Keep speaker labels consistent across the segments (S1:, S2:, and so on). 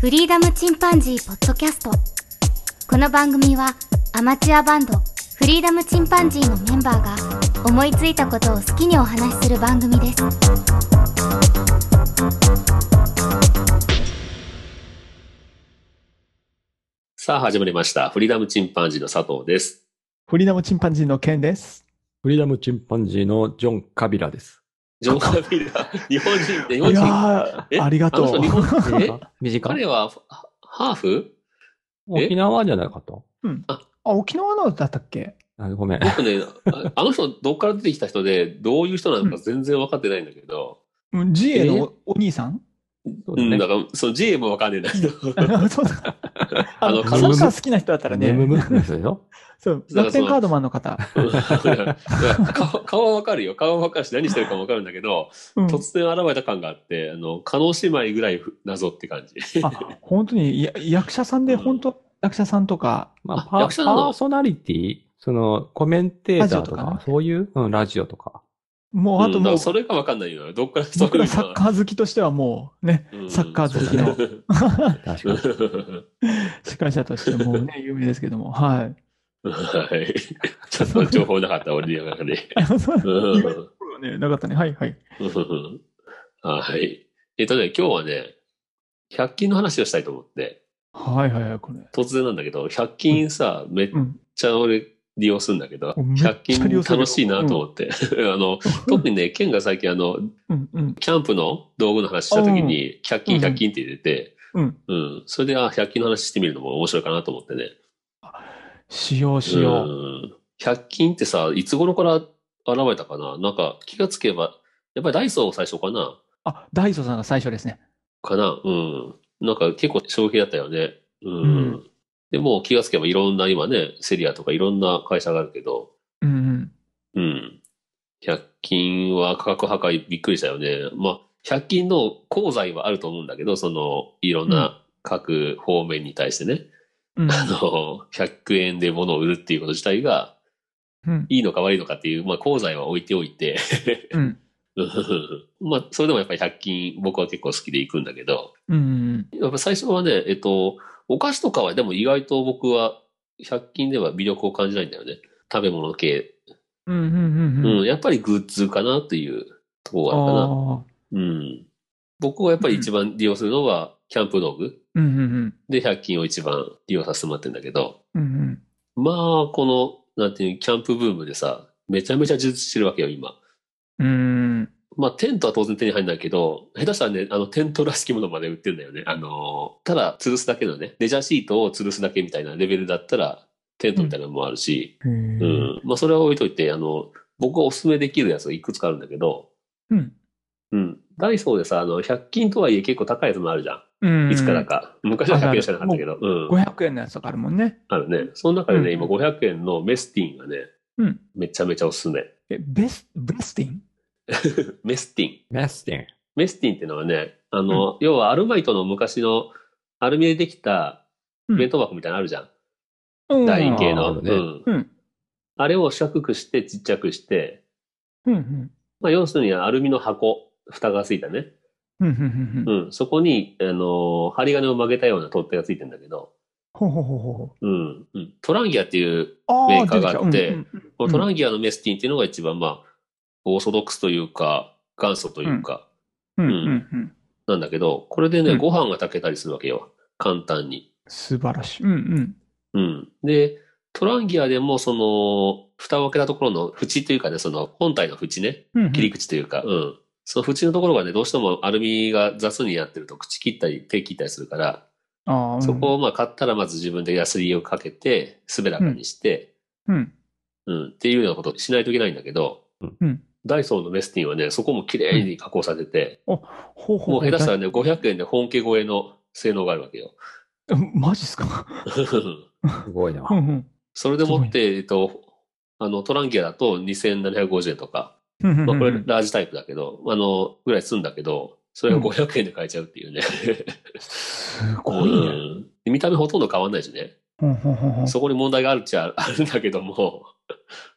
S1: フリーダムチンパンジーポッドキャストこの番組はアマチュアバンドフリーダムチンパンジーのメンバーが思いついたことを好きにお話しする番組です
S2: さあ始まりました。フリーダムチンパンジーの佐藤です。
S3: フリーダムチンパンジーのケンです。
S4: フリーダムチンパンジーのジョン・カビラです。
S2: ジョン・カビ ラ、日本人って、日
S3: い
S2: 本人。
S3: や
S2: え
S3: ー、ありがと
S2: あの人
S3: う
S2: 日。本人え
S4: 短
S2: 彼
S4: い
S2: はハハーフえ
S4: 沖縄じゃなかった
S3: あ、沖縄のだったっけ
S4: あごめん。
S2: 僕ね、ああの人どっから出てきた人で、どういう人なのか全然分かってないんだけど、
S3: うんジエ
S4: え
S3: のおお兄さん
S4: そう
S2: う
S4: だ
S2: ん、
S4: ね
S2: だ。から、その J も分かんねえんだけど、
S3: そうだ。
S2: あ
S3: あ
S2: の
S3: の、
S2: カ
S3: サ
S2: ズ
S3: ッカー好きな人だったら
S4: ムム
S3: ね、
S4: ムですよ。
S3: そう、
S2: だから
S3: 楽
S2: そう
S3: 天カードマンの方。
S2: うん 顔顔は分かるよ。顔は分かるし、何してるかも分かるんだけど、
S3: うん
S2: 突然現れた感があって、あの、加納姉妹ぐらい謎って感じ。
S3: あ、本当に、や役者さんで、本当役者さんとか、
S4: ま
S2: あ
S4: あ、パ
S2: 役者なの
S4: パーソナリティその、コメンテーターと
S3: ラジオとか
S4: か
S3: ね、
S4: そういう、うん、ラジオとか。
S3: もうあと
S2: うんだか
S3: もう
S2: ら、それが分かんないよ。どっからそう
S3: 僕
S2: いう
S3: ら
S2: の
S3: サッカー好きとしてはもうね、
S2: うん
S3: サッカー好きの
S4: 確かに。
S3: 司会者としてもうね、有名ですけ ども、はい。
S2: はい。ちょっと情報なかった、俺の中で。 うん
S3: ね、なかったね。はいはい。
S2: うんはい。えっとね、今日はね、100均の話をしたいと思って、
S3: はいはいはい、これ。
S2: 突然なんだけど、100均さ、めっ
S3: うん。
S2: ちゃ俺利用するんだけど、
S3: めっちゃ
S2: 100均
S3: 利用する
S2: 楽しいなと思って、 あの、特にね、ケンが最近あの、
S3: うんうん。
S2: キャンプの道具の話した時に、100均、100均って入れて、
S3: うん。
S2: うん。それで、あ、100均の話してみるのも面白いかなと思ってね。
S3: しようしよう。
S2: うん100均ってさ、いつ頃から現れたかななんか気がつけば、やっぱりダイソー最初かな
S3: あ、ダイソーさんが最初ですね。
S2: かなうん。なんか結構衝撃だったよね。うん。
S3: うん
S2: でもう気がつけばいろんな今ね、セリアとかいろんな会社があるけど、
S3: うん
S2: う
S3: うん。
S2: ん。100均は価格破壊びっくりしたよね。まあ、100均の功罪はあると思うんだけど、その、いろんな各方面に対してね、
S3: うん
S2: あの、100円で物を売るっていうこと自体が、
S3: うん。
S2: いいのか悪いのかっていう、まあ、功罪は置いておいて、
S3: うん。
S2: まあ、それでもやっぱり100均、僕は結構好きで行くんだけど、
S3: うん。
S2: やっぱ最初はね、えっと、お菓子とかはでも意外と僕は100均では魅力を感じないんだよね。食べ物系。
S3: うん。うん。
S2: う、
S3: うんん。
S2: やっぱりグッズかなというところがあるか
S3: ああ。
S2: な。うん。僕はやっぱり一番利用するのは、キャンプ道具
S3: うん。うん。
S2: で100均を一番利用させてもらってるんだけど、
S3: うん。うん。
S2: まあ、この、なんていうのキャンプブームでさ、めちゃめちゃ充実してるわけよ、今。
S3: うん。
S2: まあ、テントは当然手に入んないけど、下手したらね、あの、テントらしきものまで売ってんだよね。あのー、ただ、吊るすだけのね、レジャーシートを吊るすだけみたいなレベルだったら、テントみたいなのもあるし、
S3: う
S2: うん、
S3: ん。
S2: まあ、それは置いといて、あの、僕がおすすめできるやつがいくつかあるんだけど、
S3: うん。
S2: うん。ダイソーでさ、あの、100均とはいえ結構高いやつもあるじゃ。
S3: うんん。
S2: いつから。か。昔は100
S3: あ
S2: 円
S3: る
S2: しかなかったけど、うん。
S3: 500円のやつとかあるもんね。
S2: あるね。その中でね、
S3: うん
S2: 今500円のメスティンがね、
S3: うん
S2: めちゃめちゃおすすめ。
S3: え、ベス、ベスティン
S2: メスティン。
S4: メステ
S2: メスティンっていうのはね、あの、要はアルマイトの昔のアルミでできた弁当箱みたいなのあるじゃん。
S3: うん。
S2: 楕円形
S4: あ
S2: の。
S4: ーあるね
S2: うん
S3: うん。
S2: あれを四角くしてちっちゃくして、
S3: うん。うん。
S2: まあ、要するにアルミの箱、蓋がついたね。
S3: うん。うん。
S2: う
S3: うん。
S2: ん。そこに、あの、針金を曲げたような取っ手がついてんだけど、
S3: ほうほうほうほ
S2: うん。うん、トランギアっていう、
S3: う。ああ、
S2: メーカーがあって
S3: 出きた。
S2: このトランギアのメスティンっていうのが一番、まあ、オーソドックスというか、元祖というか、
S3: うん。うん
S2: うん
S3: うん。うん。
S2: なんだけど、これでね、
S3: うん
S2: ご飯が炊けたりするわけよ。簡単に。
S3: 素晴らしい。うん。
S2: う
S3: うん。
S2: ん。で、トランギアでも、その、蓋を開けたところの縁というかね、その本体の縁ね、
S3: うん。
S2: 切り口というか、うん。その縁のところがね、どうしてもアルミが雑にやってると口切ったり手切ったりするから、
S3: ああ。
S2: そこをまあ買ったらまず自分でヤスリをかけて、滑らかにして、
S3: うん。
S2: うん、っていうようなことをしないといけないんだけど、
S3: うん
S2: ダイソーのメスティンはね、そこも綺麗に加工されてて、
S3: ほうほう。
S2: もう下手したらね、500円で本家超えの性能があるわけよ。
S3: ら。マジっすか。
S4: ン。すごいな
S3: う。ん。うん。
S2: それでもって、えっと、あの、トランギアだと2750円とか、
S3: うん。
S2: まあ、これラージタイプだけど、あの、ぐらいするんだけど、それが500円で買えちゃうっていうね。
S3: す
S2: う
S3: ごいね。
S2: ん見た目ほとんど変わんないしね。
S3: ほんほんほんほ ん
S2: そこに問題があるっちゃあるんだけども、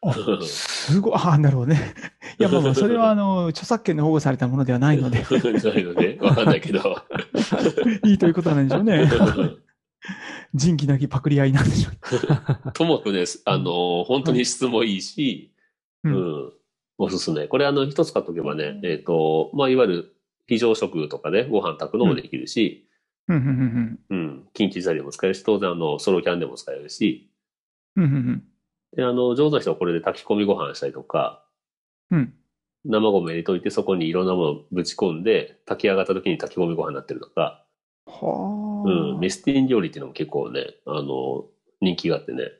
S3: あすごい、ああ、なるほどね。いや、まあまあ、それは、あの、著作権の保護されたものではないの で、
S2: ないので、わかんないけど。
S3: いいということなんでしょうね。仁義なきパクリ合いなんでしょ う。
S2: ともかくね、あの、本当に質もいいし、う、
S3: うんん
S2: おすすめ。これ、あの、一つ買っとけばね、えっ、と、まあ、いわゆる、非常食とかね、ご飯炊くのもできるし、
S3: うん、うん、うん
S2: うん、キンキザリでも使えるし、当然、あの、ソロキャンでも使えるし、
S3: うん、うん、うん
S2: で、あの、上手な人はこれで炊き込みご飯したりとか、
S3: うん、うん。
S2: 生米入れといて、そこにいろんなものをぶち込んで、炊き上がった時に炊き込みご飯になってるとか、
S3: はあ。
S2: うん、メスティン料理っていうのも結構ね、あの、人気があってね。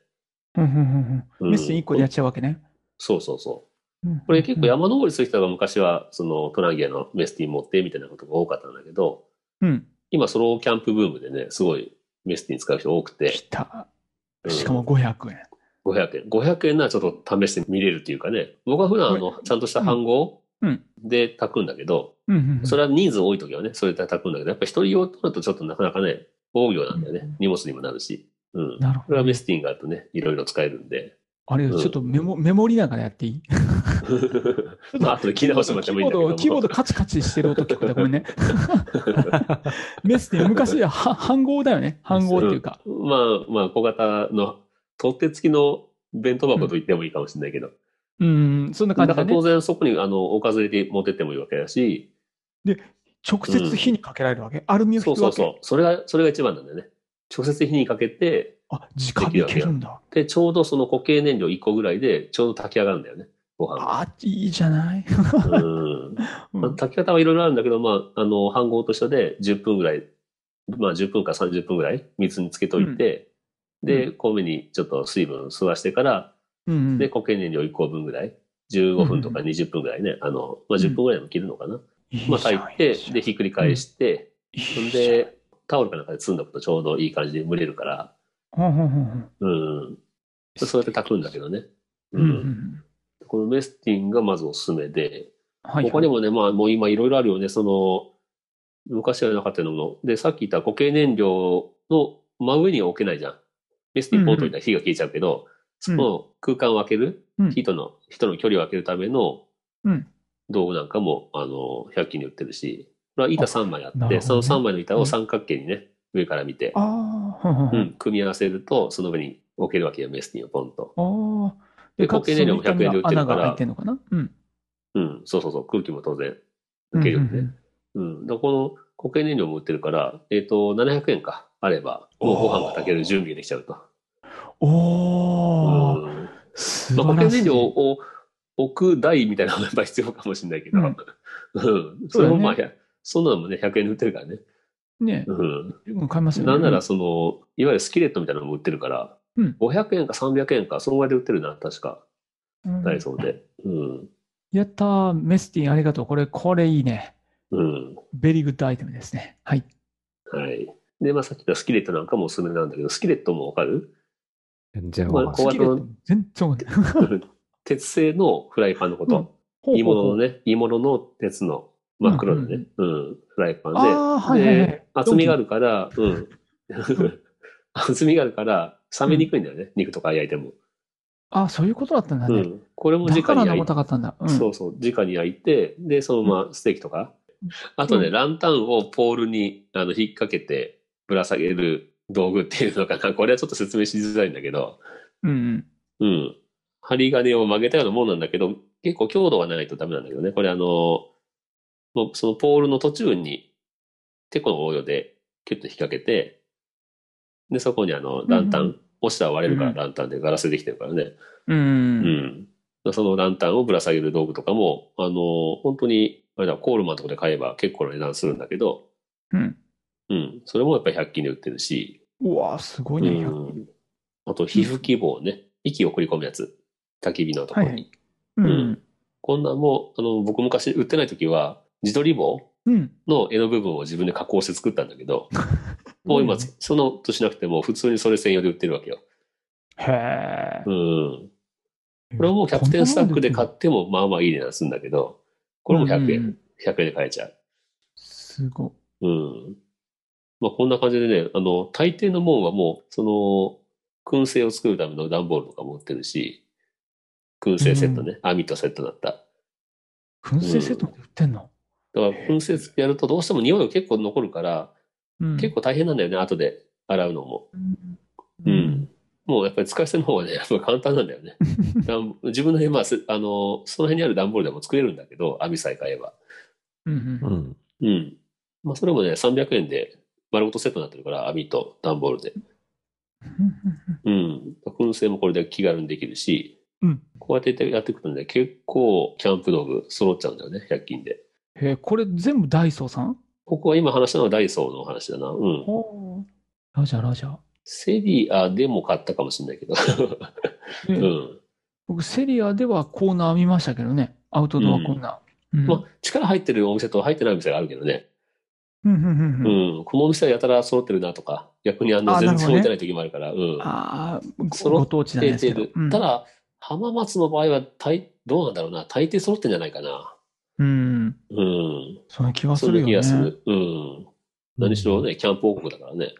S3: うんうんうん
S2: う
S3: うん
S2: ん
S3: メッセン1個でやっちゃうわけね。
S2: そうそうそう。
S3: うん
S2: これ結構、山登りする人が昔は、その、トランギアのメスティン持ってみたいなことが多かったんだけど、
S3: うん。
S2: 今ソロキャンプブームでね、すごいメスティン使う人多くて
S3: き、た。
S2: うん
S3: しかも500円。
S2: 500円。500円ならちょっと試してみれるっていうかね、僕は普段あの
S3: こ、れ
S2: ちゃんとした飯合
S3: うん
S2: で炊くんだけど、
S3: うんうんうん。
S2: それは人数多い時はね、それで炊くんだけど、やっぱ一人用となるとちょっとなかなかね、防御なんだよ
S3: う
S2: ね
S3: ん。
S2: 荷物にもなるし。うん。
S3: なる
S2: こ
S3: ほ
S2: れは
S3: ど
S2: メ。スティンがあるとね、いろいろ使えるんで。
S3: あれ、ち
S2: うん
S3: ょっとメモ、メモりながらやっていい
S2: まあ、後で聞き直してもらってもいいんだけども。
S3: キーボード、キーボードカチカチしてる音聞こえた。ご めんね。メッセン、昔はは半号だよね。半号っていうか。
S2: まあ、まあ、小型の、取っ手付きの弁当箱と言ってもいいかもしれないけど。
S3: うん、そんな感
S2: だ
S3: じ
S2: か
S3: だ
S2: ら当。
S3: ね
S2: 然そこに、あの、おかず入れて持ってってもいいわけだし、
S3: 直接火にかけられるわけ。アルミを
S2: そ
S3: 引
S2: う
S3: く
S2: そ
S3: わ
S2: う
S3: け。
S2: そう。それが、それが一番なんだよね。直接火にかけて、
S3: あ、時間でいけるんだ。
S2: で、ちょうどその固形燃料1個ぐらいで、ちょうど炊き上がるんだよね。ご飯 が。
S3: あ、いいじゃない。
S2: うん。
S3: うん
S2: まあ、炊き方はいろいろあるんだけど、まあ、あの、飯合と一緒で10分ぐらい、まあ10分か30分ぐらい水につけといて、
S3: ん
S2: で、
S3: う
S2: 米にちょっと水分吸わしてから、
S3: うんうん
S2: で、固形燃料1個分ぐらい、15分とか20分ぐらいね、あの、まあ10分ぐらいでも切るのかな。
S3: いい
S2: まあ
S3: じゃん
S2: 炊いて、で、ひっくり返して、
S3: いいじ
S2: そ
S3: ゃん
S2: んで、タオルかなんかで包んどくとちょうどいい感じで蒸れるから、
S3: ほんほんほんほん
S2: うん。そうやって炊くんだけどね。
S3: うんうん
S2: このメスティンがまずおすすめで、
S3: はいはい
S2: 他にもね、まあ、もう今いろいろあるよね、その、昔はなかったようなもの。で、さっき言った固形燃料の真上には置けないじゃん。メスにポートいたら火が消えちゃうけど、
S3: うん
S2: その空間を空ける、
S3: うん
S2: 火との、火との距離を空けるための
S3: うん
S2: 道具なんかも、あの、100均に売ってるし、これは板3枚あって、
S3: なるほ
S2: そ
S3: ど
S2: の
S3: ね
S2: 3枚の板
S3: う
S2: を
S3: ん
S2: 三角形にね、上から見て、
S3: ああ、はんはんは
S2: うんん、組み合わせると、その上に置けるわけよ、メスティンをポンと。
S3: ああ。
S2: で固形燃料も100円で売ってるから
S3: 穴が開いてんのかなうん。
S2: うん、そうそうそう、空気も当然抜けるよね。
S3: うんうん
S2: うん。だからこの固形燃料も売ってるから、えっ、と、700円か、あれば、もうご飯が炊ける準備ができちゃうと。
S3: うん。
S2: うん
S3: おお、
S2: まあ、
S3: 素
S2: 固
S3: 晴
S2: 形
S3: らしい。
S2: 燃料を置く台みたいなのがやっぱ必要かもしれないけど、う
S3: うんん。
S2: それも
S3: そうだね
S2: まあ、そんなのもね、100円で売ってるからね。
S3: ね、
S2: うん。
S3: うん、買いますよね。
S2: なんなら、その、いわゆるスキレットみたいなのも売ってるから、
S3: うん
S2: 500円か300円か、そんぐらいで売ってるな、確か、
S3: うん
S2: ダイソーで。うん。
S3: やったー、メスティンありがとう。これ、これいいね。
S2: うん。
S3: ベリーグッドアイテムですね。はい。
S2: はい。で、まあ、さっき言ったスキレットなんかもおすすめなんだけど、スキレットもわかる
S4: 全然わかんな
S2: 小
S4: い。
S2: 型
S3: 好き
S2: の
S3: で全然わかんない。
S2: 鉄製のフライパンのこ
S3: うん
S2: と。
S3: ほうほうほ う
S2: いいもののね、いいものの鉄の真っ黒のね、うん、フライパンで。
S3: ああ、はいはいは
S2: で
S3: い。
S2: 厚みがあるから、うん。 厚みがあるから、冷めにくいんだよね、肉とか焼いても。
S3: あそういうことだったんだ
S2: う
S3: ね。
S2: ん。これも直
S3: だから
S2: に
S3: 生
S2: 焼いて
S3: た、かったんだ。うん、
S2: そうそう、直に焼いて、で、そのままステーキとか。あとね、
S3: うん
S2: ランタンをポールにあの引っ掛けてぶら下げる道具っていうのかな。これはちょっと説明しづらいんだけど。
S3: うんう
S2: う
S3: ん。
S2: ん。針金を曲げたようなもんなんだけど、結構強度がないとダメなんだけどね。これあの、もうそのポールの途中に、テコの応用でキュッと引っ掛けて、で、そこにあの、ランタン、
S3: うんう
S2: 落ちたら割れるから
S3: うん
S2: ランタンでガラスでできてるからね。
S3: う。
S2: うんん。そのランタンをぶら下げる道具とかも、あの、本当に、あれだ、コールマンとかで買えば結構な値段するんだけど、
S3: うん。
S2: うん。それもやっぱり100均で売ってるし、
S3: うわーすごいうね。
S2: ん。あと、皮膚希望ね。息を送り込むやつ。焚き火のところに。
S3: はいはいうん。うん。
S2: こんなんも、あの、僕昔売ってない時は、自撮り棒
S3: うん。
S2: の絵の部分を自分で加工して作ったんだけ ど、もう今、
S3: うん
S2: そのとしなくても、普通にそれ専用で売ってるわけよ。
S3: へ
S2: うん。
S3: え。
S2: これはもうキャプテンスタックで買
S3: こんなもん売ってる
S2: っても、まあまあいい値段するんだけど、これも100
S3: うんうんう
S2: 円
S3: ん、
S2: 100円で買えちゃう。
S3: すごい。
S2: うん。まあこんな感じでね、あの、大抵のもんはもう、その、燻製を作るための段ボールとかも売ってるし、燻製セットね。網とセットだった。
S3: 燻製セットって売ってんの、
S2: だから、燻製やるとどうしても匂いが結構残るから、
S3: うん、
S2: 結構大変なんだよね、後で洗うのも。
S3: う
S2: うんん。もうやっぱり使い捨ての方がね、やっぱ簡単なんだよ ね。段自分の部屋、まあ、すあの、その辺にある段ボールでも作れるんだけど、網さえ買えば。
S3: うんう
S4: うんん。
S2: うん。まあ、それもね、300円で丸ごとセットになってるから、網と段ボールで。うん。燻製もこれで気軽にできるし、
S3: うん
S2: こうやってやっていくとね、結構キャンプ道具揃っちゃうんだよね、100均で。
S3: へえこれ全部ダイソーさん
S2: ここは今話したのはダイソーの話だな。うん。
S3: ラジャーラジャー。
S2: セリアでも買ったかもしれないけど。
S3: で
S2: うん。
S3: 僕、セリアではコーナー見ましたけどね。アウトドアコーナー。うん
S2: まあ、力入ってるお店と入ってないお店があるけどね。
S3: うんうんう
S2: う
S3: んうん
S2: ん。このお店はやたら揃ってるなとか、逆にあの
S3: あー
S2: 全
S3: なる
S2: 然
S3: ほど
S2: 置
S3: ね
S2: いてない時もあるから。うん。
S3: ああ、ご
S2: 揃
S3: ご
S2: っ
S3: 当地なん
S2: 出
S3: です
S2: て
S3: けど
S2: る。
S3: うん
S2: ただ、浜松の場合は大、どうなんだろうな。大抵揃ってんじゃないかな。
S3: うん。
S2: うん。
S3: その気はす
S2: そん
S3: る
S2: な気
S3: よね。
S2: がする。うん。何しろね、キャンプ王国だからね、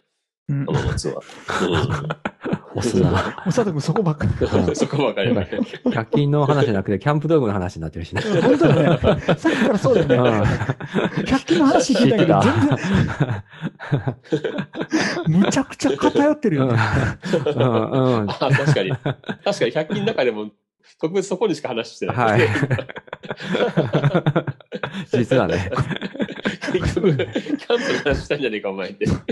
S3: うん。
S2: 浜松は。うん。
S4: 押すな。
S3: おさとくんそこばっかり。
S2: そこばかりはね。
S4: 100均の話じゃなくて、キャンプ道具の話になってるしね。
S3: 本当だよね。 さっきからそうだよね。100均の話聞いたけど、
S4: 知
S3: 全然、むちゃくちゃ偏ってる
S4: うん。
S3: よ
S4: うん
S3: ね。
S4: うん。
S2: あ確かに。確かに、100均の中でも、特別そこにしか話してない。
S4: はい。実はね。
S2: 結局、キャンプの話したんじゃねえか、お前って。確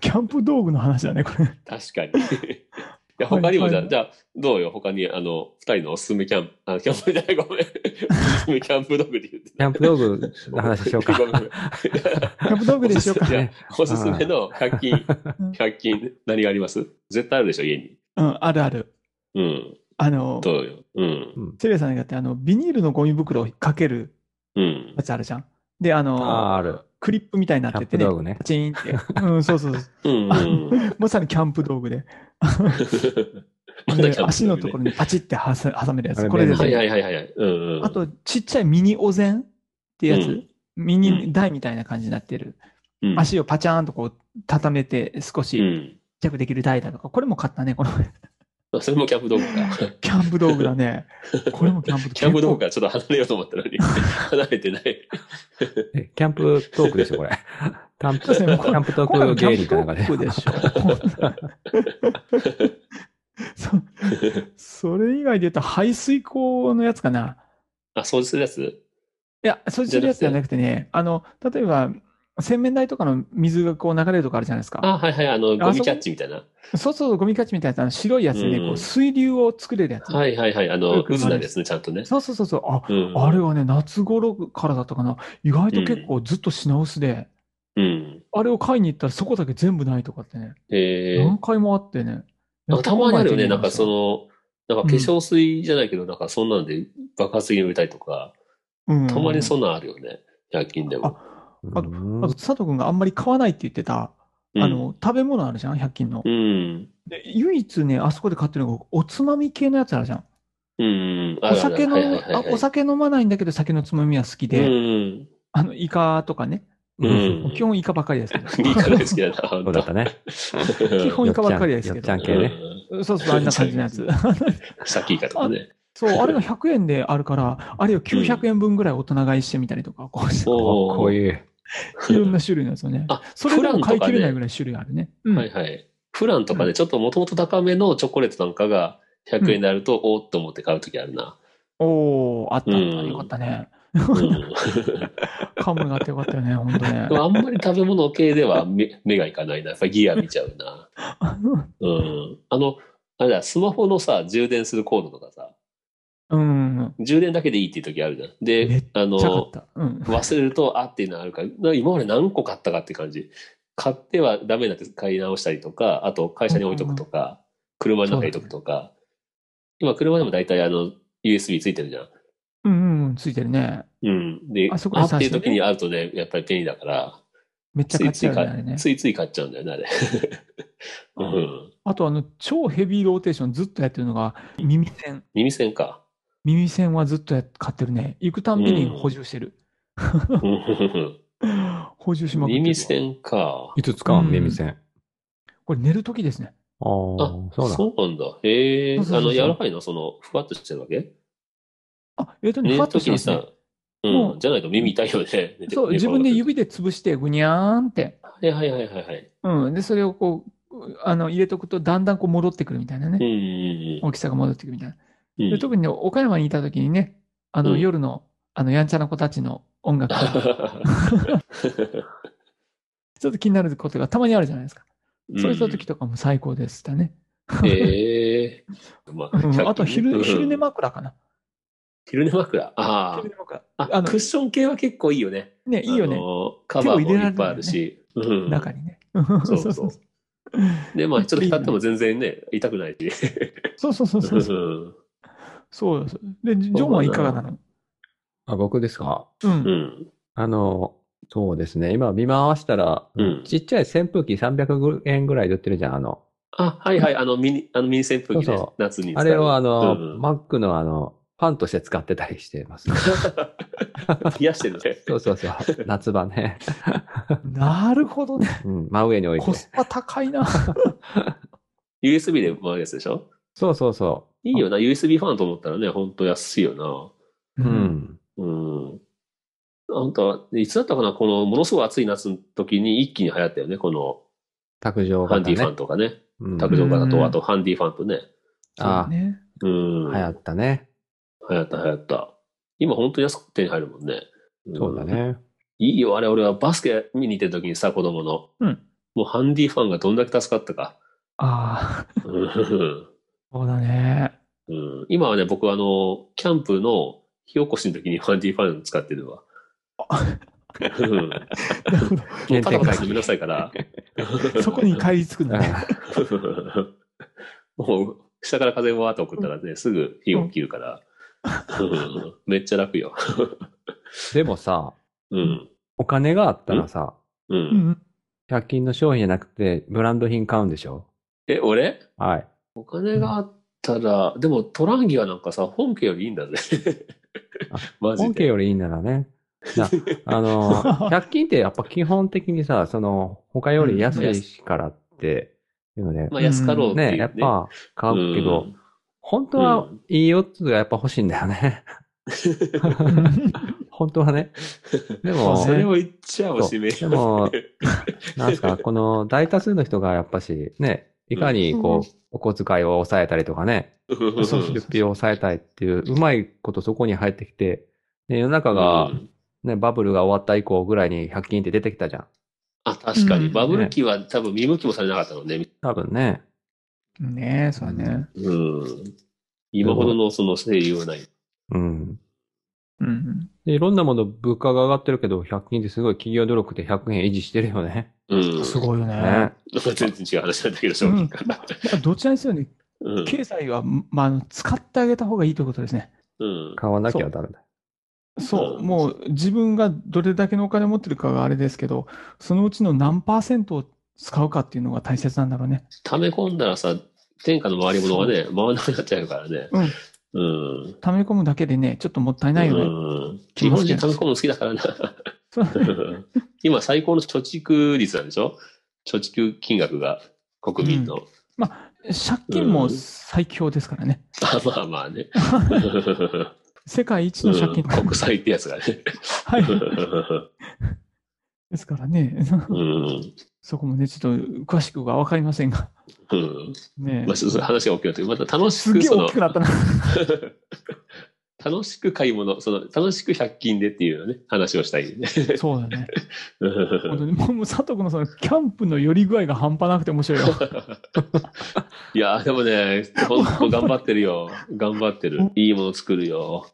S3: キャンプ道具の話だね、これ。
S2: かに。 いや、他にもじゃ
S3: は
S2: あ、
S3: い
S2: じゃあ、どうよ、他に、あの、二人のおすすめキャンプ、あ、キャンプじゃない、ごめん。おすすめキャンプ道具で言って。
S4: キャンプ道具の話しようか
S2: ご。めんごめん
S3: キャンプ道具でしようか。
S2: いやおすすめの100均、100均、何があります絶対あるでしょ、家に。
S3: うん、あるある。
S2: うん。
S3: あの、
S2: どうよ。うん。
S3: セリアさんがやって、あの、ビニールのゴミ袋をかける
S2: うん
S3: や。つあるじゃん。で、あ
S4: あ
S3: の、
S4: あ、ある。
S3: クリップみたいになっ
S4: キャ
S3: てて
S4: ンプ
S3: ね
S4: 道。具ね
S3: パ。チーンって。うん、そうそうそ
S2: う
S3: う。
S2: ん。
S3: まさにキャンプ道具で。
S2: ま だキャンプ道具ね
S3: で足のところにパチって挟挟めるや
S4: あ
S3: つ。
S4: れ
S3: これです
S2: はい
S3: ね。
S2: はいはいはい。うんうん。
S3: あ、と、ちっちゃいミニお膳ってやつ。
S2: うん
S3: ミ
S2: う
S3: ニ
S2: ん
S3: 台みたいな感じになってる。
S2: うん、
S3: 足をパチャーンとこう、畳めて少
S2: う
S3: し
S2: ん。
S3: 弱できる台だとか。これも買ったね、この
S2: あそれもキャンプ道具か。
S3: キャンプ道具だね。これもキャンプ
S2: キャンプ道具
S3: 具。
S2: からちょっと離れようと思ったのに、離れてない。
S4: えキャンプトークでし ょ、これ。キャンプ、キ
S3: そうですねこれ
S4: ャンプト
S3: 今回
S4: ー
S3: も
S4: ク
S3: キ
S4: 芸
S3: ャ
S4: 人
S3: ン
S4: み
S3: プ
S4: たい
S3: 道
S4: な感じ
S3: 具。でしょ。そう それ以外で言うと排水口のやつかな。
S2: あ、掃除するやつ
S3: いや、そうするやつじゃなくてね、あの、例えば、洗面台とかの水がこう流れるとこあるじゃないですか。
S2: あ、はいはい、あの、ゴミキャッチみたいな。
S3: そうそう、ゴミかちみたいなあの白いやつでね、
S2: うん
S3: こう水流を作れるやつ。
S2: はいはいはい、あ
S3: よ
S2: の、
S3: く
S2: 渦なんですね、ちゃんとね。
S3: そうそうそうそう。あ、
S2: うん。
S3: あれはね、夏頃からだったかな。意外と結構ずっと品薄で、
S2: うん。
S3: あれを買いに行ったらそこだけ全部ないとかってね、
S2: えー
S3: 何回もあってね。
S2: なんかたまにあるよね、
S3: や
S2: な
S3: っ
S2: ん
S3: た
S2: か
S3: ことい
S2: その、なんか化粧水じゃないけど、なんかそんなんで爆発的に売りたいとか、
S3: けどうん
S2: たまにそんなんあるよね、100均でも。
S3: あ
S4: うん
S3: あと、佐藤君があんまり買わないって言ってた、
S2: うん
S3: あ、の、食べ物あるじゃん、100均の
S2: う。ん。
S3: で唯一ね、あそこで買ってるのが、おつまみ系のやつあるじゃん。
S2: うん。あるあ
S3: お
S2: る
S3: 酒の、
S2: はいはいはいはい
S3: あお酒飲まないんだけど、酒のつまみは好き
S2: う
S3: で、
S2: ん。
S3: あの、イカとかね、
S2: う
S4: うん
S2: ん。
S3: 基本イカばっかりです けど。
S2: いいから好きだな、ほ
S4: そうんだ
S2: と
S4: った。ね。
S2: 基
S3: 基本イカばっかりですけ
S4: よっちゃん
S3: ど
S4: よっ。ちゃん系ね
S3: そうそう、あんな感じのやつ。
S2: さっきイカとかね。
S3: そう、あれが100円であるから、あれを900円分ぐらい大人買いしてみたりとか、こうして
S4: かっ
S2: おー
S4: こいい。
S3: いろんな種類なんですよね。
S2: あ、
S3: それでも
S2: フラ
S3: 買
S2: ン
S3: い
S2: とか
S3: 切
S2: ね
S3: れないぐらい種類あるね。うん
S2: はいはい。フランとかね、ちょっともともと高めのチョコレートなんかが100円であると、おーっと思って買うときある な。
S3: おー、あったあった。
S2: うん
S3: よかったね。
S2: うん、
S3: カムがあってよかったよね、ほんとね
S2: で。もあんまり食べ物系では目目がいかないな。やっぱギア見ちゃうな。 うん。あの、あれだ、スマホのさ、充電するコードとかさ、
S3: うん。
S2: 充電だけでいいっていう時あるじゃん。
S3: めっ
S2: で、あ
S3: ちゃかっ
S2: の、
S3: た。うん。
S2: 忘れると、あっていうのあるから、な今まで何個買ったかって感じ。買ってはダメになって買い直したりとか、あと会社に置いとくとか、車の中に置いとくとか。今、車でも大体あの、USB ついてるじゃん。
S3: うんうん、ついてるね。
S2: うん。で、あ
S3: あそこに
S2: って
S3: 挿
S2: い
S3: し
S2: う
S3: てね
S2: 時にあるとね、やっぱり便利だから、
S3: めっちゃ
S2: つ
S3: 買
S2: い
S3: っ
S2: つ
S3: ち
S2: い
S3: ゃうよ
S2: 買
S3: ね、あれね
S2: っ、。ついつい買っちゃうんだよね、あ れ。うん。
S3: あと、あの、超ヘビーローテーションずっとやってるのが、耳栓。
S2: 耳栓か。
S3: 耳栓はずっとやっ買ってるね。行くたんびに補充してる。
S2: うん
S3: 補充しまくってるわ。
S2: 耳栓か。
S4: いつ使う
S3: うん
S4: ん耳栓。
S3: これ寝るときですね。
S4: ああ、そうだ。
S2: そうなんだ。へえ、
S3: そうそうそう
S2: あの、柔らかいのその、ふわっとしてるわけ
S3: あ、えっとね、
S2: 寝
S3: ふわ
S2: る
S3: っと
S2: と
S3: し
S2: き
S3: てま
S2: に
S3: すね
S2: さ。、う
S3: も
S2: ん、
S3: う
S2: じゃないと耳痛いよね。寝て
S3: そう、自分で。指で潰して、ぐにゃーんって。
S2: 寝転がるとはいはいはいはいはい。
S3: うん。で、それをこう、あの、入れとくと、だんだんこう戻ってくるみたいな
S2: うん
S3: ね。
S2: うん
S3: 大きさが戻ってくるみたいな。
S2: うん。う
S3: で
S2: ん、
S3: 特にね、岡山にいた時にね、あの、
S2: うん
S3: 夜の、あの、やんちゃな子たちの音楽が、ちょっと気になることがたまにあるじゃないですか。そういった時とかも最高でしたね。
S2: うん。 へえ。ま
S3: うん
S2: 100
S3: あと、
S2: う
S3: 昼、
S2: ん
S3: 昼寝枕かな。
S2: 昼寝枕。あ
S3: 昼寝枕。
S2: あ。
S3: あ
S2: あの、
S3: の
S2: クッション系は結構いいよね。
S3: ね、いいよ
S2: あ
S3: ね。
S2: のカバーもいっぱいあるし。うん。
S3: 中にね。
S2: そうそうそう。で、まあ、ちょっと光っても全然ね、痛く ないし。
S3: そうそ うそうそううんそう。そうよで、ジョンはいかがなの
S4: あ僕ですか
S3: う。
S2: うんん。
S4: あの、そうですね。今、見回したら、
S2: うん
S4: ちっちゃい扇風機300円ぐらいで売ってるじゃん、あの。
S2: あ、はいはい、あの、ミニ、あの、ミニ扇風機
S4: そう
S2: ね
S4: そう。
S2: 夏に使う。
S4: あれをあの、
S2: うん
S4: マックのあの、ファンとして使ってたりして ます。
S2: 冷やしてるね。
S4: そうそうそう。夏場ね。
S3: なるほどね。
S4: うん。真上に置いて
S3: コ。スパ高いな。
S2: USB で回るやつでしょ
S4: そうそうそ
S2: いいよな、USB ファンと思ったらね、ほんと安いよ
S4: う。う。ん。
S2: な。うん。あんた、いつだったかなこの、ものすごい暑い夏の時に一気に流行ったよね。この、
S4: 卓上
S2: ハン
S4: 型
S2: ディファン
S4: ね。
S2: とかね。
S4: うん
S2: 卓上型
S3: うん
S2: と、あとハンディファンとね。
S3: そう
S4: あ
S3: ね。
S2: うん。
S4: あ、流行ったね。
S2: 流行った、流行った。今本当に安く手に入るもんね。ん
S4: そうだ。ね。
S2: いいよ、あれ、俺はバスケ見に行ってる時にさ、子供の。
S3: うん
S2: もうハンディファンがどんだけ助かったか。
S3: ああ、
S2: うん
S3: そうだね。
S2: うん、今はね、僕はあの、キャンプの火起こしの時にハンディファン使ってるわ。うん
S3: なるほ
S2: も
S4: 原
S2: うパタ
S4: 点
S2: パタ
S4: 回
S2: して
S4: 帰
S2: くださいから。
S3: どそこに帰りつくん
S4: う
S3: だ
S4: ん
S3: ね。
S2: もう、下から風わーって送ったらね、すぐ火起きるから。うんめっちゃ楽よ。
S4: でもさ、
S2: うん。
S4: お金があったらさ、
S2: う。
S3: うんん。
S4: 100均の商品じゃなくて、ブランド品買うんでしょ
S2: え、俺
S4: はい。
S2: お金があったら、でもトランギはなんかさ、本家よりいいんだぜ
S4: あ。
S2: マジ
S4: 本家
S2: で。
S4: よりいいならね。な あの、100均ってやっぱ基本的にさ、その、他より安いしからっていうので、
S2: まあ安かろうっていう、ね
S4: ね、やっぱ買うけど、
S2: ん
S4: 本当
S2: う
S4: は
S2: ん
S4: いいよっつうがやっぱ欲しいんだよね。 本当はね。でも
S2: そ、れを言っちゃおしめ。
S4: でも、なんすか、この大多数の人がやっぱし、ね、いかに
S1: う
S4: こ
S1: ん
S4: う、お小遣いを抑えたりとかね、
S2: そう
S3: そう
S4: 出費を抑えたいっていう、うまいことそこに入ってきて、ね、世の中
S2: が
S4: が、ね、バブルが終わった以降ぐらいに100均って出てきたじゃん。
S2: あ、確か
S3: う
S2: に。
S3: ん
S2: バブル期は多分見向きもされなかったのね。
S4: 多分ね。
S3: ねえ、そうだね。
S2: うん。今ほどのその声優はない。
S4: うん。
S3: うん。
S4: でいろんなもの物価が上がってるけど、100均ってすごい企業努力で100円維持してるよね。
S2: うん。
S3: すごいよね。
S4: ね。
S2: 全然違う話なんだけど、商品から。
S3: だからどちらにせよね、
S2: うん。
S3: 経済は、まああの、使ってあげた方がいいということですね。
S2: うん。
S4: 買わなきゃダメだ。
S3: そうう、
S2: ん
S3: もう自分がどれだけのお金を持ってるかがあれですけど、そのうちの何パーセントを使うかっていうのが大切なんだろうね。
S2: 溜め込んだらさ、天下の回り物がね、回らなくなっちゃうからね。
S3: うん。
S2: うん。
S3: 溜め込むだけでね、ちょっともったいないよね。
S2: うん。日本人溜め込むの好きだからな。
S3: そうだね
S2: 今最高の貯蓄率なんでしょ貯蓄金額が国民の。
S3: 借金も最強ですからね。
S2: あまあまあ ね。
S3: 世界一の借金。
S2: うん国債ってやつ がね。
S3: はい。ですからね。
S2: うん。
S3: そこもね、ちょっと詳しくは分かりませんが。
S2: うん。
S3: ね
S2: まあ、ちょっと話が大きくなって、また楽し
S3: すっ
S2: く、
S3: げえ
S2: そ
S3: 大
S2: の
S3: き、くなったな。
S2: 楽しく買い物、その、楽しく100均でっていうのね、話をしたいね。
S3: そうだね。
S2: う
S3: 本当
S2: ん
S3: にもうもう佐藤君のそのキャンプの寄り具合が半端なくて面白いよ。
S2: いやー、でもね、ほんと頑張ってるよ。頑張ってる。いいもの作るよ。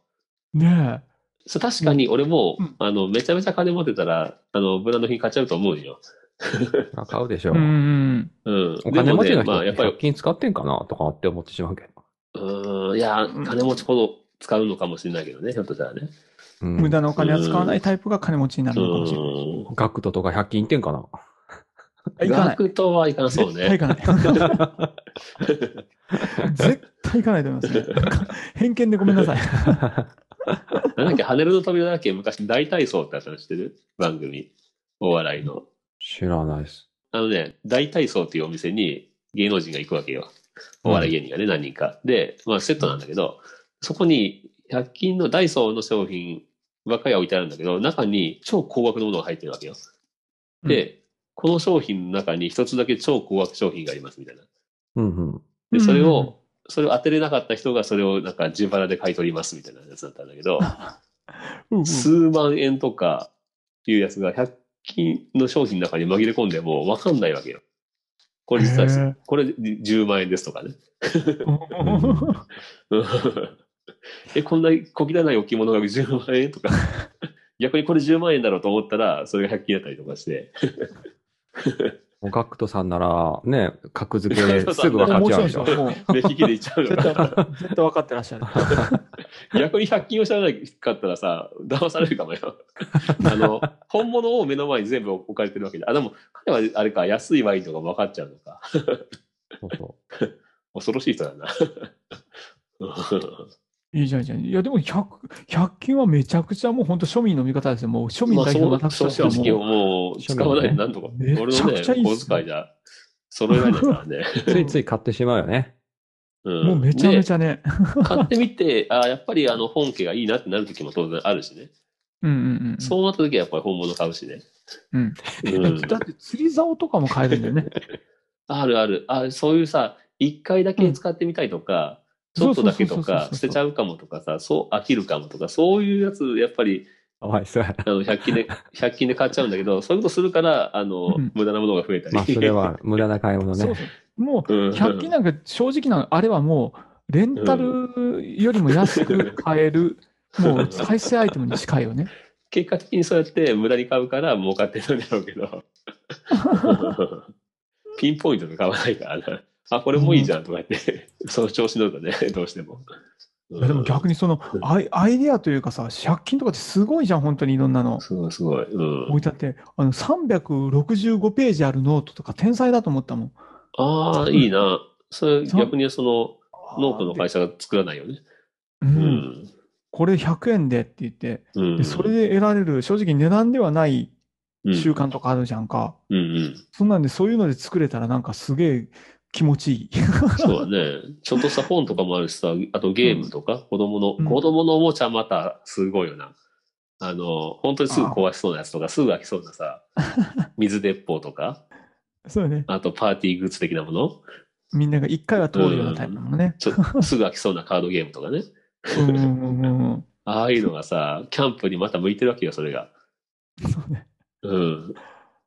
S3: ね
S2: そう確かに俺も、
S3: うん
S2: あの、めちゃめちゃ金持ってたら、あの、ブランド品買っちゃうと思うよ。
S4: あ買うでし
S3: え。
S4: ょ
S3: う。ん。
S2: うん。
S4: お金持ち
S2: で
S4: の
S2: もねまあ、や
S4: 人
S2: っぱ
S4: って
S2: り
S4: 100、均使ってんかなとかって思ってしまうけど。
S2: うん、いや
S3: う
S2: ー、
S3: ん
S2: 金持ちほど使うのかもしれないけどね、ひょっとしたらね。
S4: うん
S3: 無駄なお金は使わないタイプが金持ちにな
S2: う
S3: るのかもしれない
S2: ん。
S4: ガクトとか100均行ってんかな。
S3: あ。行かない。
S2: 学徒はいかなそう
S3: 絶対
S2: ね。
S3: 行かない。絶対行かないと思いますね。偏見でごめんなさい。
S2: なんだっけ、跳ねるの扉だっけ、昔大体操ってあったの知ってる番組。お笑いの。
S4: 知らないです。
S2: あのね、大体操っていうお店に、芸能人が行くわけよ。お笑い芸人がね、何人か。で、まあセットなんだけど、そこに100均のダイソーの商品ばっかりは置いてあるんだけど、中に超高額のものが入ってるわけよ。で、この商品の中に一つだけ超高額商品がありますみたいな。
S4: うんうん。
S2: で、それを、それを当てれなかった人がそれをなんか自腹で買い取りますみたいなやつだったんだけど、
S3: うんうん、
S2: 数万円とかいうやつが100均の商品の中に紛れ込んでもわかんないわけよ。これ実
S3: へ
S2: は
S3: ー、
S2: これ10万円ですとかね。 うんえ、こんな小汚い置物が10万円とか、 逆にこれ10万円だろうと思ったら、それが100均だったりとかして。
S4: もうガクトさんなら、ね、格付けですぐ分かっ
S3: 面
S4: ちゃう
S3: 白い
S4: で
S3: でし
S4: しょ
S3: ょ。。もう
S2: で、引きでいっちゃう の
S3: 絶対
S2: か。
S3: 絶対分かってらっしゃる。
S2: 逆に100均を知らなかったらさ、騙されるかもよ。 あの、本物を目の前に全部置かれてるわけで。あ、でも、彼はあれか、安いワインとかも分かっちゃうのか。
S4: そうそ
S2: 恐ろしい人だな。
S3: いいじゃんいいじゃん。いや、でも100、100均はめちゃくちゃもう本当庶民の味方ですよ。もう庶民
S2: まあ、
S3: 代
S2: そ
S3: 表
S2: う、
S3: 私として
S2: 正
S3: は
S2: 直
S3: も
S2: もう使わないでなんとか。
S3: め
S2: 俺
S3: ちゃ
S2: の
S3: く
S2: ね、
S3: ちゃいいっす
S2: 小
S3: ね
S2: 遣いじゃ揃えられないからね。
S4: う。ついつい買ってしまうよね。
S2: う
S3: う、 もうめちゃめちゃね。
S2: で買ってみて、あやっぱりあの本家がいいなってなる時も当然あるしね。
S3: うんうんうん。
S2: そうなった時はやっぱり本物買うしね。
S3: うん
S2: うん
S3: だって釣り竿とかも買えるんだよね。
S2: あるある。あそういうさ、一回だけ使ってみたいとか、ちょっとだけとか、捨てちゃ
S3: う。
S2: うかもとかさ、そう飽きるかもとか、そういうやつ、やっぱり、
S4: お前、そ うやな。
S2: あの、100均で、100均で買っちゃうんだけど、そういうことするから、あの、
S3: うん
S2: 無駄なものが増えたり。
S4: まあ、それは無駄な買い物
S3: そう
S4: ね。
S3: そう。も う、
S2: うんうん
S3: 100均なんか正直な、あれはもう、レンタルよりも安く買える、もう再生アイテムに近いよね。
S2: 結果的にそうやって無駄に買うから儲かってるんだろうけ ど。ピンポイントで買わないからな。あ、これもいいじゃんとか言って、その調子乗るとね、どうしても。
S3: いやでも逆にその
S2: うん
S3: アイアイデアというかさ、借金とかってすごいじゃん、本当にいろんなの。
S2: すごいすごい。う
S3: 置い
S2: ん。
S3: てあって、あの365ページあるノートとか天才だと思ったもん。
S2: ああ、いいな。それ逆にその、ノートの
S3: で
S2: 会社が作らないよね。
S3: う、
S2: うんん。
S3: これ100円でって言って、
S2: うん。
S3: でそれで得られる、正直値段ではない
S2: うん、
S3: 習慣とかあるじゃんか。
S2: うんうん。
S3: そんなんで、そういうので作れたらなんかすげえ気持ちいい。
S2: そうだね。ちょっとした本とかもあるしさ、あとゲームとか、子供の、
S3: うん
S2: 子供のおもちゃまたすごいよな。あの、本当にすぐ壊しそうなやつとか、すぐ飽きそうなさ、水鉄砲とか、
S3: そうよね。
S2: あとパーティーグッズ的なもの、
S3: みんなが一回は通るようなタイプなのね。
S2: ちょすぐ飽きそうなカードゲームとかね。
S3: うんうんうんうん。
S2: ああいうのがさ、キャンプにまた向いてるわけよ、それが。
S3: そうね。
S2: うん。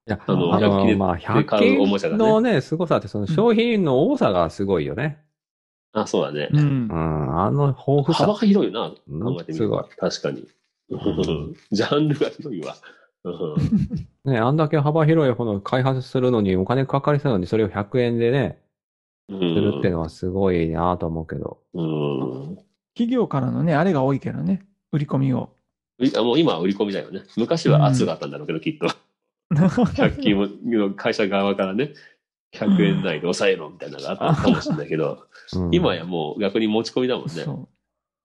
S4: いや、
S2: あの
S4: あ
S2: 100均で
S4: の、まあ、
S2: で買うおもちゃ
S4: 100
S2: が
S4: 均
S2: ね
S4: のね、すごさって、その商品の多さがすごいよね。
S2: あ、そうだね。
S3: うん
S4: う。ん、あの豊富
S2: 幅
S4: さ
S2: が。広いな、
S4: うん
S2: 考えてみる
S4: すごい
S2: と。確かに。 ジャンルが広いわ。うん
S4: ね、あんだけ幅広いほど開発するのにお金かかりそうなのに、それを100円でね、
S2: う
S4: す
S2: ん
S4: るってのはすごいなと思うけど。
S2: うん。
S3: 企業からのね、あれが多いけどね、売り込みを。
S2: うあもう今は売り込みだよね。昔は圧があったんだろうけど、きっと。100均をの会社側からね、100円台で抑えろみたいなのがあったかもしれないけど、
S4: うん
S2: 今やもう逆に持ち込みだもんね
S3: そ。う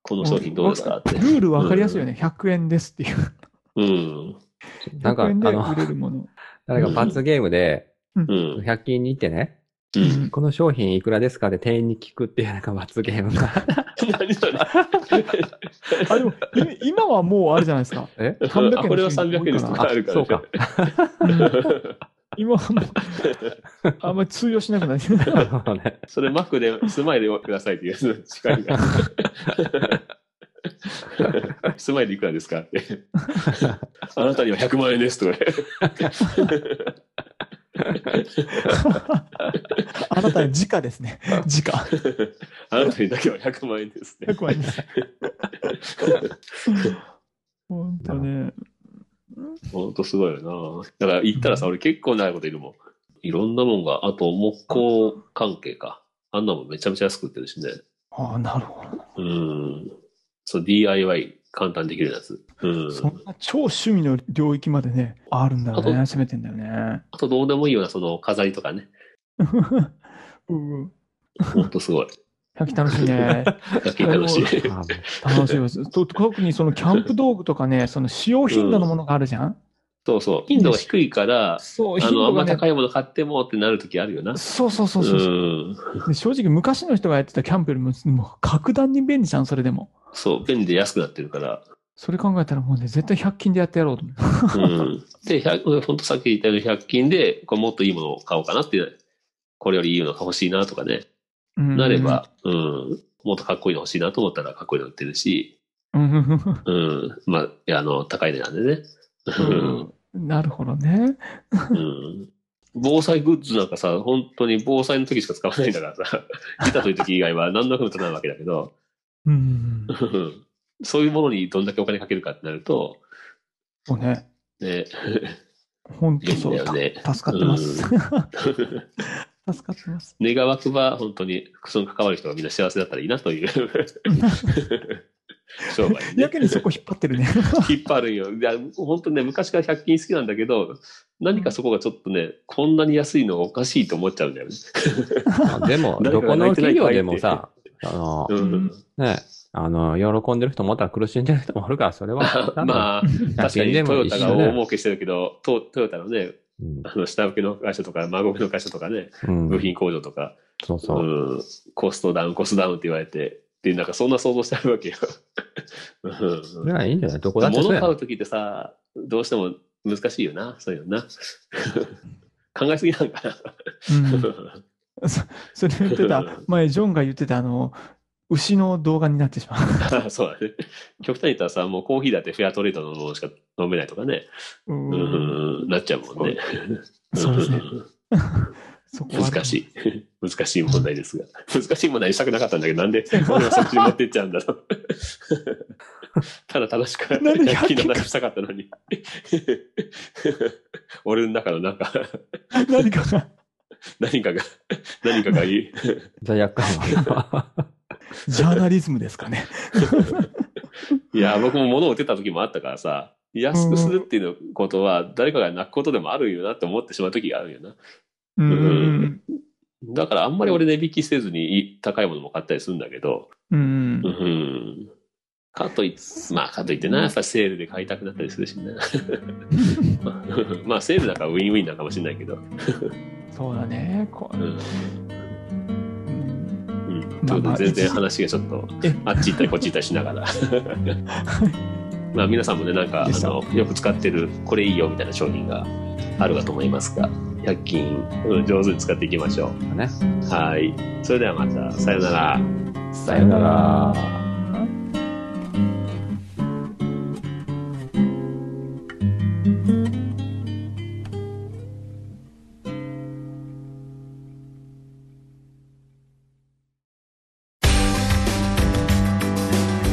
S2: この商品どうですかって。
S3: ルール分かりやすいよね、100円ですっていう。
S2: うん。
S4: なんか
S3: 100円で
S4: あの
S3: 売れるもの。
S4: 誰か罰ゲームで、
S2: うん。
S4: 100均に行ってね、
S2: う
S3: うん
S2: ん。
S4: この商品いくらですかで店員に聞くっていうなんか罰ゲームが。
S2: 何それ
S3: あ、でも、い今はもうあれじゃないで すか。
S4: え
S3: 300円
S2: あこれは300円ですと
S3: 多い
S2: か
S3: か
S2: あるから
S4: そう
S2: ね
S4: か。
S3: 今はもう、あんまり通用しなくなる。
S4: なるほどね。
S2: それマックで、スマイルをくださいっていうやつ近い が。スマイルいくらですかって。あなたには100万円ですとかね。
S3: あなたに直です ね。直。
S2: あなたにだけは100万円ですね。
S3: 100円です。 本当ね。
S2: ほんとすごいよな。だから行ったらさ、俺結構長いこといるもん。いろんなもんが、あと木工関係か。あんなもんめちゃめちゃ安く売ってるしね。
S3: ああ、なるほど。
S2: うん。そう、DIY 簡単にできるやつ。うん。
S3: そんな超趣味の領域までね、あるんだよね。
S2: あ
S3: 攻めてんだよね。
S2: あとどうでもいいような、その飾りとかね。
S3: うんうん。
S2: ほんとすごい。
S3: 100均楽しいね。
S2: 楽器楽 しい。
S4: あ
S3: 楽しいです。と特にそのキャンプ道具とかね、その使用頻度のものがあるじゃん、
S2: そうそう。頻度が低いから、
S3: そう、
S2: あ
S3: 頻
S2: の、あ
S3: 度
S2: んま
S3: がね、
S2: 高いもの買ってもってなるときあるよな。
S3: そうそうそうそう。
S2: うん。
S3: で正直、昔の人がやってたキャンプよりも、もう格段に便利じゃん、それでも。
S2: そう、便利で安くなってるから。
S3: それ考えたらもうね、絶対100均でやってやろうと思う。
S2: うん。で、100ほんとさっき言ったように100均で、これもっといいものを買おうかなっていう、これよりいいのが欲しいなとかね、
S3: うん
S2: なれ。ば、うん、もっとかっこいいの欲しいなと思ったらかっこいいの売ってるし、
S3: うん
S2: うん、まあいや、あの、高い値なんでね。うん
S3: なるほどね。
S2: うん防災グッズなんかさ、本当に防災の時しか使わないんだからさ、来たという時以外は何の役にも立たないわけだけど、
S3: うん。
S2: うんそういうものにどんだけお金かけるかってなると、
S3: そうね。
S2: ね、
S3: 本当そ
S2: 便利
S3: う。
S2: だ
S3: た
S2: よね
S3: 助かってます。
S2: う
S3: 助かってます。
S2: 願わくば本当にその関わる人がみんな幸せだったらいいなという商売ね
S3: や。けにそこ引っ張ってるね。
S2: 引っ張るよ。いや、本当ね、昔から100均好きなんだけど、何かそこがちょっとね、こんなに安いのおかしいと思っちゃうんだよね。
S4: まあでも、
S2: 誰
S4: ど
S2: かが
S4: こ
S2: 泣
S4: の
S2: いて ない
S4: 企業でもさ、あの、
S2: うん、。
S4: ね、あの、喜んでる人もおったら苦しんでる人もおるから、それは
S2: まあ、確かにトヨタが大儲けしてるけど、トトヨタのね、
S4: うん
S2: あの下請けの会社とか、孫請けの会社とかね、
S4: うん
S2: 部品工場とか、
S4: そうそうう。
S2: ん、コストダウン、コストダウンって言われて、っていう、なんかそんな想像してあるわけよ。 うん
S4: それはいいんじゃないどこだってそ
S2: 物
S4: う
S2: を
S4: や
S2: 買
S4: もん
S2: うときってさ、どうしても難しいよな、そういうのな。考えすぎなんか
S3: うん
S2: な。
S3: それ言ってた、前、ジョンが言ってた、あの、牛の動画になってしまう。
S2: そうだね。極端に言ったらさ、もうコーヒーだってフェアトレードのものしか飲めないとかね、
S3: う
S2: うん
S3: ん、
S2: なっちゃうもんね。
S3: そうですね。そこは。
S2: 難しい。難しい問題ですが。難しい問題にしたくなかったんだけど、なんで俺はそっちに持ってっちゃうんだろう。ただ正しく
S3: なんで
S2: 100均の話したかったのに。 俺の中のなんか、
S3: 何かが、
S2: 何かが、何かがいい。
S4: 罪悪感は。
S3: ジャーナリズムですかね。
S2: いや、僕も物を売ってた時もあったからさ、安くするっていうことは、誰かが泣くことでもあるよなって思ってしまう時があるよな。
S3: うん
S2: ん。だからあんまり俺値引きせずに高いものも買ったりするんだけど、
S3: うん
S2: う。ん。かといまあ、かといってな、やっぱセールで買いたくなったりするしな。 まあ、セールだからウィンウィンなのかもしれないけど。
S3: そうだね。こ
S2: うん。
S3: うん
S2: うん。
S3: まあ
S2: ということで、全然
S3: ま
S2: 話がちょっと
S3: え、
S2: あっち行ったりこっち行ったりしながら。まあ、皆さんもね、なんか、あ
S3: でした
S2: の、よく使ってる、これいいよみたいな商品があるかと思いますが、100均、うん上手に使っていきましょ
S4: ね。
S2: う。はい。それではまた、さよなら。
S3: さ
S4: よなら。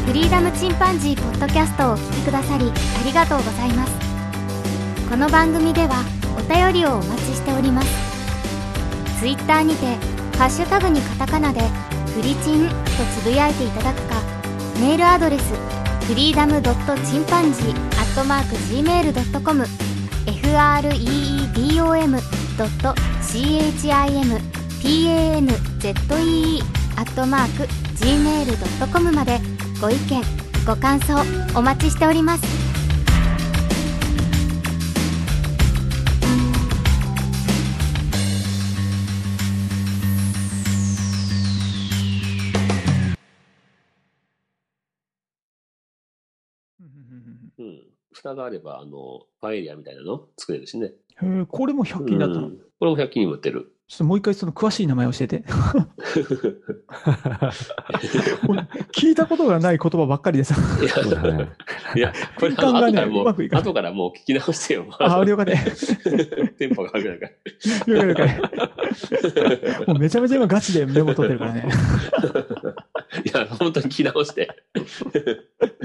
S1: フリーダムチンパンジーポッドキャストをお聞きくださりありがとうございますこの番組ではお便りをお待ちしておりますツイッターにてハッシュタグにカタカナでフリチンとつぶやいていただくかメールアドレスフリーダムドットチンパンジーアットマーク gmail.com freedom ドット chimpanzee アットマーク gmail.com までご意見ご感想お待ちしております
S2: うん。蓋があれば、あの、パエリアみたいなの作れるしね。
S3: へえ、これも100均だった
S2: う
S3: の。ちょ
S2: んこれも100均にも売ってる。
S3: っともう一回その詳しい名前教えて。 聞いたことがない言葉ばっかり でさ。
S2: いや
S4: そうだね。
S2: いや、これ、あ
S3: 時間
S2: の
S3: が
S2: 後
S3: ね
S2: からも
S3: うまく
S2: う
S3: い、かない
S2: 後からもう聞き直してよ。
S3: あ、了解で。
S2: テンポが悪くなるから。
S3: 了解了 解。もうめちゃめちゃ今ガチでメモ取ってるからね。
S2: いや、本当に聞き直して。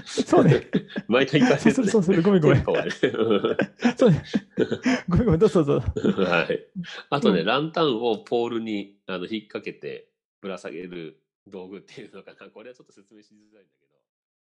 S3: そうね。
S2: 毎回聞か
S3: そ
S2: せ
S3: うす
S2: て、
S3: る、
S2: ね
S3: そ。うする。ごめんご
S2: テ
S3: め
S2: ン
S3: ん。
S2: ポがね。
S3: そうね。ごめんごめん。どうぞどうぞ。
S2: うんはい。あとね、
S3: う
S2: ランタンをポールにあの引っ掛けてぶら下げる道具っていうのかな。これはちょっと説明しづらいんだけど。